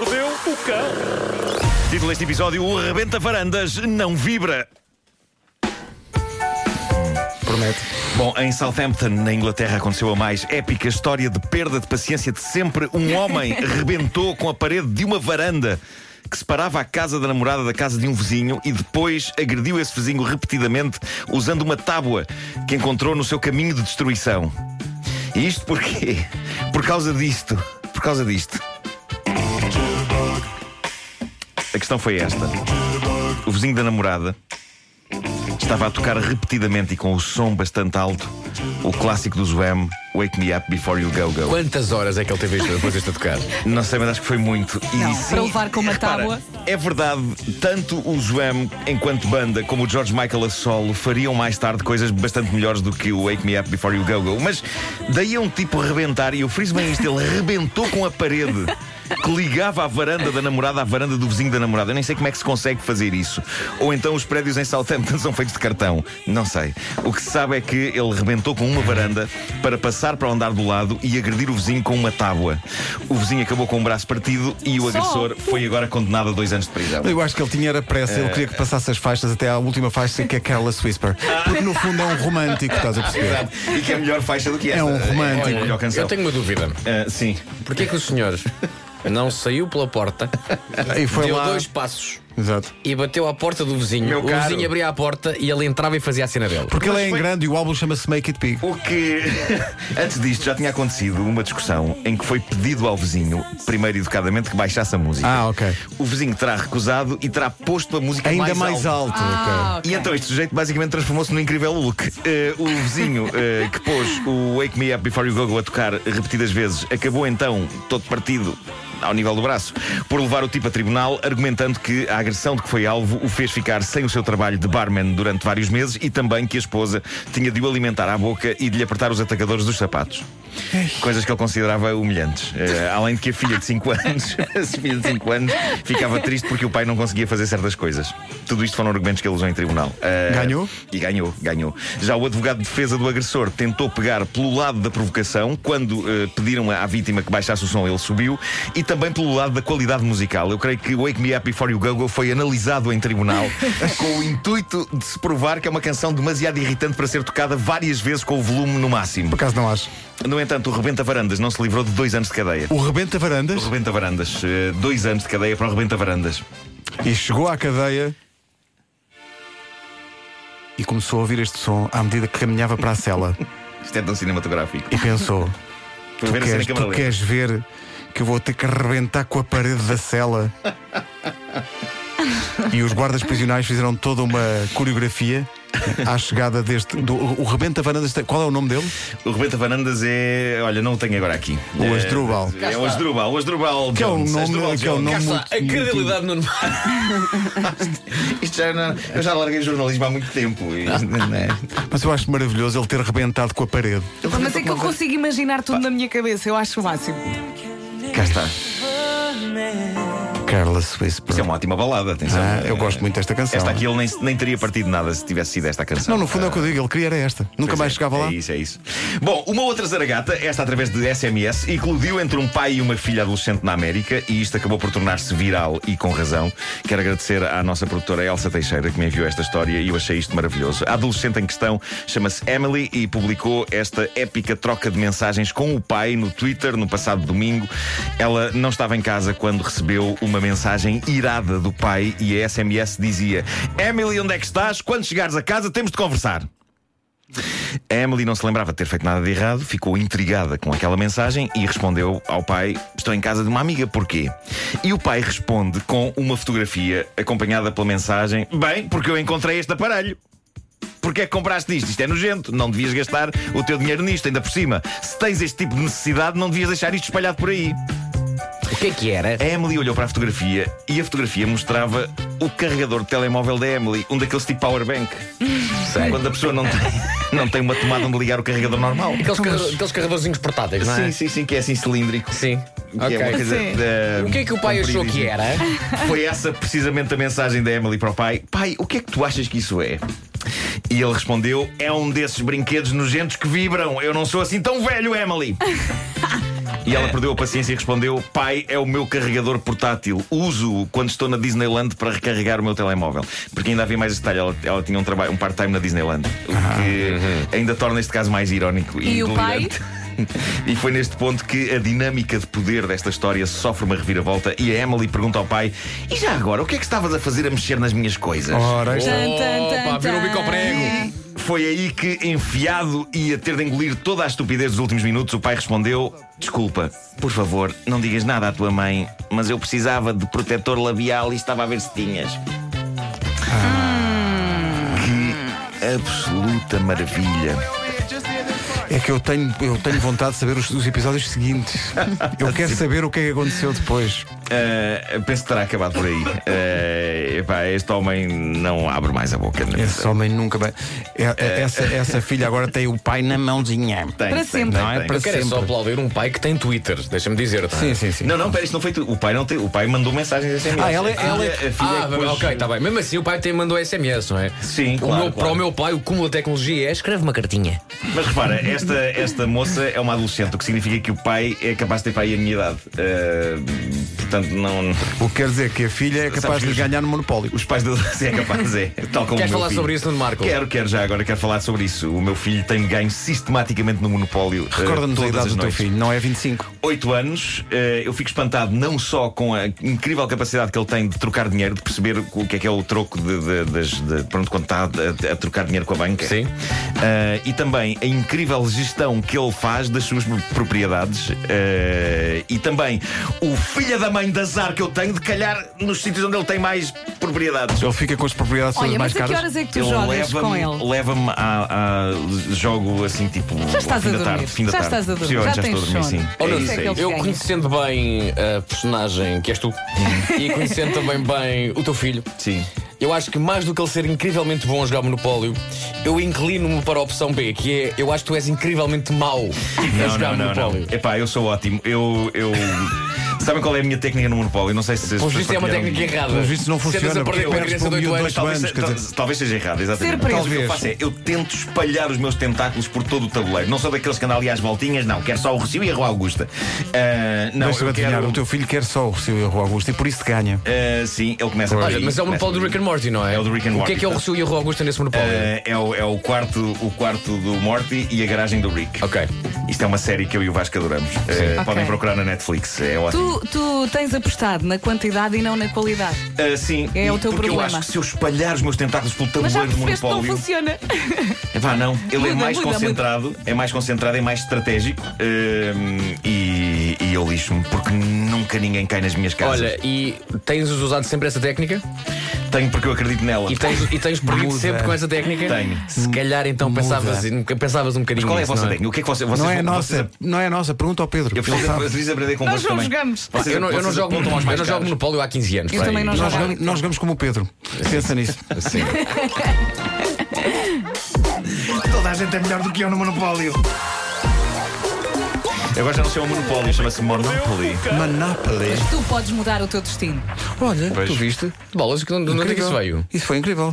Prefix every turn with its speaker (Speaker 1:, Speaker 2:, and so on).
Speaker 1: maluca!
Speaker 2: Título deste episódio: O Rebenta Varandas não vibra.
Speaker 3: Promete.
Speaker 2: Bom, em Southampton, na Inglaterra, aconteceu a mais épica história de perda de paciência de sempre. Um homem rebentou com a parede de uma varanda que separava a casa da namorada da casa de um vizinho e depois agrediu esse vizinho repetidamente usando uma tábua que encontrou no seu caminho de destruição. E isto porquê? Por causa disto. Por causa disto. A questão foi esta. O vizinho da namorada Estava a tocar repetidamente e com o som bastante alto o clássico do Zoem, Wake Me Up Before You Go Go.
Speaker 3: Quantas horas é que ele teve isto depois deste a tocar?
Speaker 2: Não sei, mas acho que foi muito. E
Speaker 4: Não, para levar com uma
Speaker 2: repara,
Speaker 4: tábua.
Speaker 2: É verdade, tanto o Zoem enquanto banda como o George Michael a solo fariam mais tarde coisas bastante melhores do que o Wake Me Up Before You Go Go. Mas daí a um tipo rebentar, e eu friso bem isto, ele rebentou com a parede. Que ligava a varanda da namorada à varanda do vizinho da namorada. Eu nem sei como é que se consegue fazer isso. Ou então os prédios em Southampton são feitos de cartão. Não sei. O que se sabe é que ele rebentou com uma varanda para passar para o andar do lado e agredir o vizinho com uma tábua. O vizinho acabou com o braço partido e o
Speaker 4: Só?
Speaker 2: agressor foi agora condenado a dois anos de prisão.
Speaker 3: Eu acho que ele tinha era pressa, ele queria que passasse as faixas até à última faixa que é Careless Whisper. Porque no fundo é um romântico, estás a perceber?
Speaker 2: E que é melhor faixa do que esta.
Speaker 3: É um romântico.
Speaker 2: É a melhor canção.
Speaker 5: Eu tenho uma dúvida.
Speaker 2: Ah, sim.
Speaker 5: Porquê que o senhor não saiu pela porta,
Speaker 3: E foi
Speaker 5: deu
Speaker 3: lá.
Speaker 5: dois passos
Speaker 3: Exato.
Speaker 5: e bateu à porta do vizinho?
Speaker 2: Meu
Speaker 5: o
Speaker 2: caro.
Speaker 5: vizinho abria a porta e ele entrava e fazia a cena dele.
Speaker 3: Porque ele é em
Speaker 2: foi-
Speaker 3: grande e o álbum chama-se Make It Big.
Speaker 2: O que antes disto já tinha acontecido uma discussão em que foi pedido ao vizinho, primeiro educadamente, que baixasse a música.
Speaker 3: Ah, ok.
Speaker 2: O vizinho terá recusado e terá posto a música
Speaker 3: É Ainda mais alto.
Speaker 4: Ah,
Speaker 2: E então este sujeito basicamente transformou-se num incrível Hulk. Eh, o vizinho eh, que pôs o Wake Me Up Before You Go Go a tocar repetidas vezes acabou então, todo partido, ao nível do braço, por levar o tipo a tribunal, argumentando que a agressão de que foi alvo o fez ficar sem o seu trabalho de barman durante vários meses e também que a esposa tinha de o alimentar à boca e de lhe apertar os atacadores dos sapatos. Coisas que ele considerava humilhantes. Eh, além de que a filha de 5 anos, a filha de 5 anos, ficava triste porque o pai não conseguia fazer certas coisas. Tudo isto foram argumentos que ele usou em tribunal. Eh,
Speaker 3: Ganhou?
Speaker 2: E ganhou, ganhou. Já o advogado de defesa do agressor tentou pegar pelo lado da provocação, quando eh, pediram à vítima que baixasse o som, ele subiu, e também pelo lado da qualidade musical. Eu creio que Wake Me Up Before You Go Go foi analisado em tribunal com o intuito de se provar que é uma canção demasiado irritante para ser tocada várias vezes com o volume no máximo.
Speaker 3: Por acaso não acho.
Speaker 2: No entanto, o Rebenta Varandas não se livrou de dois anos de cadeia.
Speaker 3: O Rebenta Varandas
Speaker 2: O Rebenta Varandas, eh, dois anos de cadeia para o Rebenta Varandas.
Speaker 3: e chegou à cadeia e começou a ouvir este som à medida que caminhava para a cela
Speaker 2: Isto é tão cinematográfico.
Speaker 3: e pensou.
Speaker 2: Estou a
Speaker 3: Tu
Speaker 2: ver a cena em
Speaker 3: queres,
Speaker 2: câmara
Speaker 3: tu
Speaker 2: lenta.
Speaker 3: queres ver que eu vou ter que arrebentar com a parede da cela? e os guardas prisionais fizeram toda uma coreografia à chegada deste. Do, o Rebenta Varandas. tem- Qual é o nome dele?
Speaker 2: O Rebenta Varandas é. Olha, não o tenho agora aqui.
Speaker 3: O
Speaker 2: É-
Speaker 3: Asdrubal.
Speaker 2: É o Asdrubal. O Asdrubal.
Speaker 3: Que é um
Speaker 2: Jones,
Speaker 3: nome.
Speaker 2: Asdrubal
Speaker 3: Que é um
Speaker 2: Jones.
Speaker 3: nome
Speaker 5: Cá está, a
Speaker 3: muito,
Speaker 5: credibilidade no
Speaker 2: Isto já não- Eu já larguei jornalismo há muito tempo. e- né?
Speaker 3: Mas eu acho maravilhoso ele ter rebentado com a parede.
Speaker 4: Mas é que eu consigo imaginar tudo na minha cabeça, eu acho o máximo.
Speaker 2: Cá está.
Speaker 3: Carlos Whisper.
Speaker 2: Isto é uma ótima balada, atenção.
Speaker 3: Ah, eu gosto muito desta canção.
Speaker 2: Esta aqui ele nem, nem teria partido nada se tivesse sido esta a canção.
Speaker 3: Não, no fundo é o que eu digo, ele queria era esta. Nunca
Speaker 2: Pois
Speaker 3: mais
Speaker 2: é,
Speaker 3: chegava lá.
Speaker 2: É isso, é isso. Bom, uma outra zaragata, esta através de SMS, eclodiu entre um pai e uma filha adolescente na América e isto acabou por tornar-se viral e com razão. Quero agradecer à nossa produtora Elsa Teixeira que me enviou esta história e eu achei isto maravilhoso. A adolescente em questão chama-se Emily e publicou esta épica troca de mensagens com o pai no Twitter no passado domingo. Ela não estava em casa quando recebeu uma mensagem irada do pai e a SMS dizia: Emily, onde é que estás? Quando chegares a casa, temos de conversar. A Emily não se lembrava de ter feito nada de errado, ficou intrigada com aquela mensagem e respondeu ao pai: Estou em casa de uma amiga, porquê? E o pai responde com uma fotografia acompanhada pela mensagem: Bem, porque eu encontrei este aparelho. Porquê é que compraste isto? Isto é nojento. Não devias gastar o teu dinheiro nisto, ainda por cima. Se tens este tipo de necessidade, não devias deixar isto espalhado por aí.
Speaker 5: O que é que era?
Speaker 2: A Emily olhou para a fotografia e a fotografia mostrava o carregador de telemóvel da Emily, um daqueles tipo powerbank. Quando a pessoa não tem, não tem uma tomada onde ligar o carregador normal.
Speaker 5: Aqueles, carre- aqueles carregadorzinhos portáteis, não é?
Speaker 2: Sim, sim, sim, que é assim cilíndrico.
Speaker 5: Sim.
Speaker 2: Que é uma
Speaker 5: Ok.
Speaker 2: coisa
Speaker 4: Sim.
Speaker 2: de-
Speaker 5: O que é que o pai achou que era?
Speaker 2: Foi essa precisamente a mensagem da Emily para o pai: Pai, o que é que tu achas que isso é? E ele respondeu: É um desses brinquedos nojentos que vibram. Eu não sou assim tão velho, Emily. E ela perdeu a paciência e respondeu: Pai, é o meu carregador portátil. Uso-o quando estou na Disneyland para recarregar o meu telemóvel. Porque ainda havia mais esse detalhe: ela, ela tinha um, trabalho, um part-time na Disneyland. O que
Speaker 5: Uhum.
Speaker 2: ainda torna este caso mais irónico e,
Speaker 4: E o pai?
Speaker 2: delirante. E foi neste ponto que a dinâmica de poder desta história sofre uma reviravolta e a Emily pergunta ao pai: E já agora, o que é que estavas a fazer a mexer nas minhas coisas?
Speaker 3: Ora, isto-
Speaker 4: Tan, tan, tan,
Speaker 5: Opa, virou o bico ao
Speaker 4: tan.
Speaker 5: prego.
Speaker 2: Foi aí que, enfiado e a ter de engolir toda a estupidez dos últimos minutos, o pai respondeu: Desculpa, por favor, não digas nada à tua mãe, mas eu precisava de protetor labial e estava a ver se tinhas. Que absoluta maravilha.
Speaker 3: é que eu tenho, eu tenho vontade de saber os, os episódios seguintes. Eu quero saber o que é que aconteceu depois.
Speaker 2: Ah, penso que terá acabado por aí. Ah, epá, este homem não abre mais a boca. na
Speaker 3: Esse
Speaker 2: vida.
Speaker 3: homem nunca vai. é- é- Essa, essa filha agora tem o pai na mãozinha.
Speaker 2: Tem,
Speaker 4: Para
Speaker 2: tem,
Speaker 4: sempre.
Speaker 2: tem,
Speaker 3: Não é?
Speaker 2: tem.
Speaker 3: Para
Speaker 5: Eu quero é só
Speaker 3: sempre.
Speaker 5: aplaudir um pai que tem Twitter, deixa-me dizer. tá?
Speaker 3: Sim, sim, sim.
Speaker 2: Não, não, pera, isto não foi tu. O pai, não tem, o pai mandou mensagens assim.
Speaker 3: Ah, ela- ela-
Speaker 2: a filha é
Speaker 5: Ah,
Speaker 2: que pôs-
Speaker 3: tá.
Speaker 5: ok, está bem. Mesmo assim, o pai até mandou SMS, não é?
Speaker 2: Sim,
Speaker 5: O
Speaker 2: claro,
Speaker 5: meu- Para
Speaker 2: claro.
Speaker 5: o meu pai, o cúmulo da tecnologia é escreve uma cartinha.
Speaker 2: Mas repara, esta, esta moça é uma adolescente, o que significa que o pai é capaz de ter pai a minha idade. Eh, portanto, não.
Speaker 3: O que quer dizer que a filha é capaz
Speaker 2: Sabes
Speaker 3: de
Speaker 2: que os-
Speaker 3: ganhar no monopólio.
Speaker 2: Os pais da Sim, é capaz, é. Tal como
Speaker 5: Queres
Speaker 2: o meu
Speaker 5: falar
Speaker 2: filho.
Speaker 5: sobre isso, Nuno Marco?
Speaker 2: Quero, quero já agora, quero falar sobre isso. O meu filho tem ganho sistematicamente no monopólio. eh,
Speaker 3: Recorda-nos a
Speaker 2: todas
Speaker 3: idade
Speaker 2: as
Speaker 3: do teu
Speaker 2: noites.
Speaker 3: filho, não é 25.
Speaker 2: 8 anos, eh, eu fico espantado não só com a incrível capacidade que ele tem de trocar dinheiro, de perceber o que é que é o troco de, de- das, de- pronto, quando está a, a trocar dinheiro com a banca.
Speaker 5: Sim.
Speaker 2: Eh, e também a incrível gestão que ele faz das suas propriedades. eh, e também o filho da mãe de azar que eu tenho de calhar nos sítios onde ele tem mais propriedades.
Speaker 3: Ele fica com as propriedades todas
Speaker 4: Olha,
Speaker 3: mais
Speaker 4: mas a que
Speaker 3: caras.
Speaker 4: horas é que tu
Speaker 2: Ele
Speaker 4: jogas
Speaker 2: leva-me-
Speaker 4: com ele?
Speaker 2: Leva-me a, a jogo assim tipo.
Speaker 4: Já estás a
Speaker 2: ao fim da
Speaker 4: dormir.
Speaker 2: tarde, fim da
Speaker 4: Já
Speaker 2: tarde.
Speaker 4: estás a dormir.
Speaker 2: Possivelmente
Speaker 4: Já
Speaker 2: já estou
Speaker 4: tens
Speaker 2: a dormir, sim.
Speaker 4: sono.
Speaker 2: É
Speaker 5: Olha,
Speaker 2: isso,
Speaker 4: é que
Speaker 2: é
Speaker 4: ele
Speaker 2: isso.
Speaker 5: eu
Speaker 4: ganha.
Speaker 5: conhecendo bem a personagem que és tu e conhecendo também bem o teu filho,
Speaker 2: Sim.
Speaker 5: eu acho que mais do que ele ser incrivelmente bom a jogar Monopólio, eu inclino-me para a opção B, que é eu acho que tu és incrivelmente mau a
Speaker 2: Não,
Speaker 5: É jogar
Speaker 2: não, não,
Speaker 5: Monopólio.
Speaker 2: não. Epá, eu sou ótimo. Eu. eu... Sabem qual é a minha técnica no Monopólio? Não sei se. se
Speaker 5: Pelos
Speaker 2: vocês
Speaker 5: vistos é uma
Speaker 2: partilharam.
Speaker 5: técnica errada.
Speaker 3: Pelos vistos não
Speaker 5: Sentas
Speaker 3: funciona,
Speaker 5: a perder
Speaker 3: porque
Speaker 5: com uma
Speaker 3: perdes
Speaker 5: criança
Speaker 3: para um
Speaker 5: de 8
Speaker 3: miúdo
Speaker 5: anos.
Speaker 3: de
Speaker 2: Talvez,
Speaker 3: anos, quer
Speaker 2: tal-
Speaker 3: dizer-
Speaker 2: talvez seja errado, exatamente.
Speaker 4: Ser preso.
Speaker 2: O que eu faço é, eu tento espalhar os meus tentáculos por todo o tabuleiro. Não sou daqueles que andam ali às voltinhas, não. Quero só o Recife e a Rua Augusta. Ah, não,
Speaker 3: Deixa-me
Speaker 2: eu
Speaker 3: adivinhar,
Speaker 2: quero.
Speaker 3: o teu filho quer só o seu erro Augusto e por isso te ganha.
Speaker 2: Ah, sim, ele começa por
Speaker 5: Olha,
Speaker 2: aí,
Speaker 5: mas é o
Speaker 2: começa
Speaker 5: Monopólio do
Speaker 2: por
Speaker 5: Rick and
Speaker 2: aí.
Speaker 5: Morty, não é?
Speaker 2: É o do Rick and
Speaker 5: O que
Speaker 2: Morty,
Speaker 5: é que é o
Speaker 2: tá.
Speaker 5: Rousseau e o Rua Augusta nesse Monopólio?
Speaker 2: Ah, é o, é o quarto, o quarto do Morty e a garagem do Rick.
Speaker 5: Ok.
Speaker 2: Isto é uma série que eu e o Vasco adoramos. Ah, Podem
Speaker 4: Ok.
Speaker 2: procurar na Netflix. É ótimo.
Speaker 4: Tu, tu tens apostado na quantidade e não na qualidade.
Speaker 2: Ah, sim,
Speaker 4: É
Speaker 2: e
Speaker 4: o teu
Speaker 2: porque eu
Speaker 4: problema.
Speaker 2: acho que se eu espalhar os meus tentáculos pelo
Speaker 4: Mas já
Speaker 2: tabuleiro do
Speaker 4: percebeste que não
Speaker 2: monopólio.
Speaker 4: funciona.
Speaker 2: Epá, não, ele é
Speaker 4: Muda,
Speaker 2: mais
Speaker 4: muda,
Speaker 2: concentrado, é mais concentrado, é mais estratégico hum, e, e eu lixo-me porque nunca ninguém cai nas minhas casas.
Speaker 5: Olha, e tens usado sempre essa técnica?
Speaker 2: Tenho porque eu acredito nela.
Speaker 5: E tens, e tens perdido
Speaker 3: Muda.
Speaker 5: sempre com essa técnica?
Speaker 2: Tenho.
Speaker 5: Se calhar então
Speaker 3: Muda.
Speaker 5: pensavas, pensavas um bocadinho
Speaker 2: Mas qual é a
Speaker 5: nisso,
Speaker 2: vossa
Speaker 5: não
Speaker 2: técnica? O que é que vocês, vocês
Speaker 3: não é
Speaker 2: vão-
Speaker 3: nossa,
Speaker 2: vocês-
Speaker 3: não é nossa, pergunta ao Pedro.
Speaker 2: eu
Speaker 3: ele
Speaker 2: preciso, eu
Speaker 3: sabe.
Speaker 2: preciso aprender com
Speaker 4: Nós não jogamos.
Speaker 5: Eu não, eu não jogo, eu
Speaker 2: mais
Speaker 5: não jogo
Speaker 2: caros.
Speaker 5: Monopólio há 15 anos.
Speaker 4: Eu
Speaker 5: pá,
Speaker 4: também
Speaker 5: e-
Speaker 4: não
Speaker 3: Nós
Speaker 4: jogo.
Speaker 3: jogamos, nós jogamos como o Pedro. Pensa nisso.
Speaker 5: Sim.
Speaker 2: Toda a gente é melhor do que eu no Monopólio. Agora já não sei o um Monopólio, chama-se Monopoly.
Speaker 3: Monopoly.
Speaker 4: Tu podes mudar o teu destino.
Speaker 3: Olha,
Speaker 2: Pois.
Speaker 3: tu viste?
Speaker 5: Bolas, que não, não é que isso
Speaker 3: Incrível.
Speaker 5: veio.
Speaker 3: Isso foi incrível.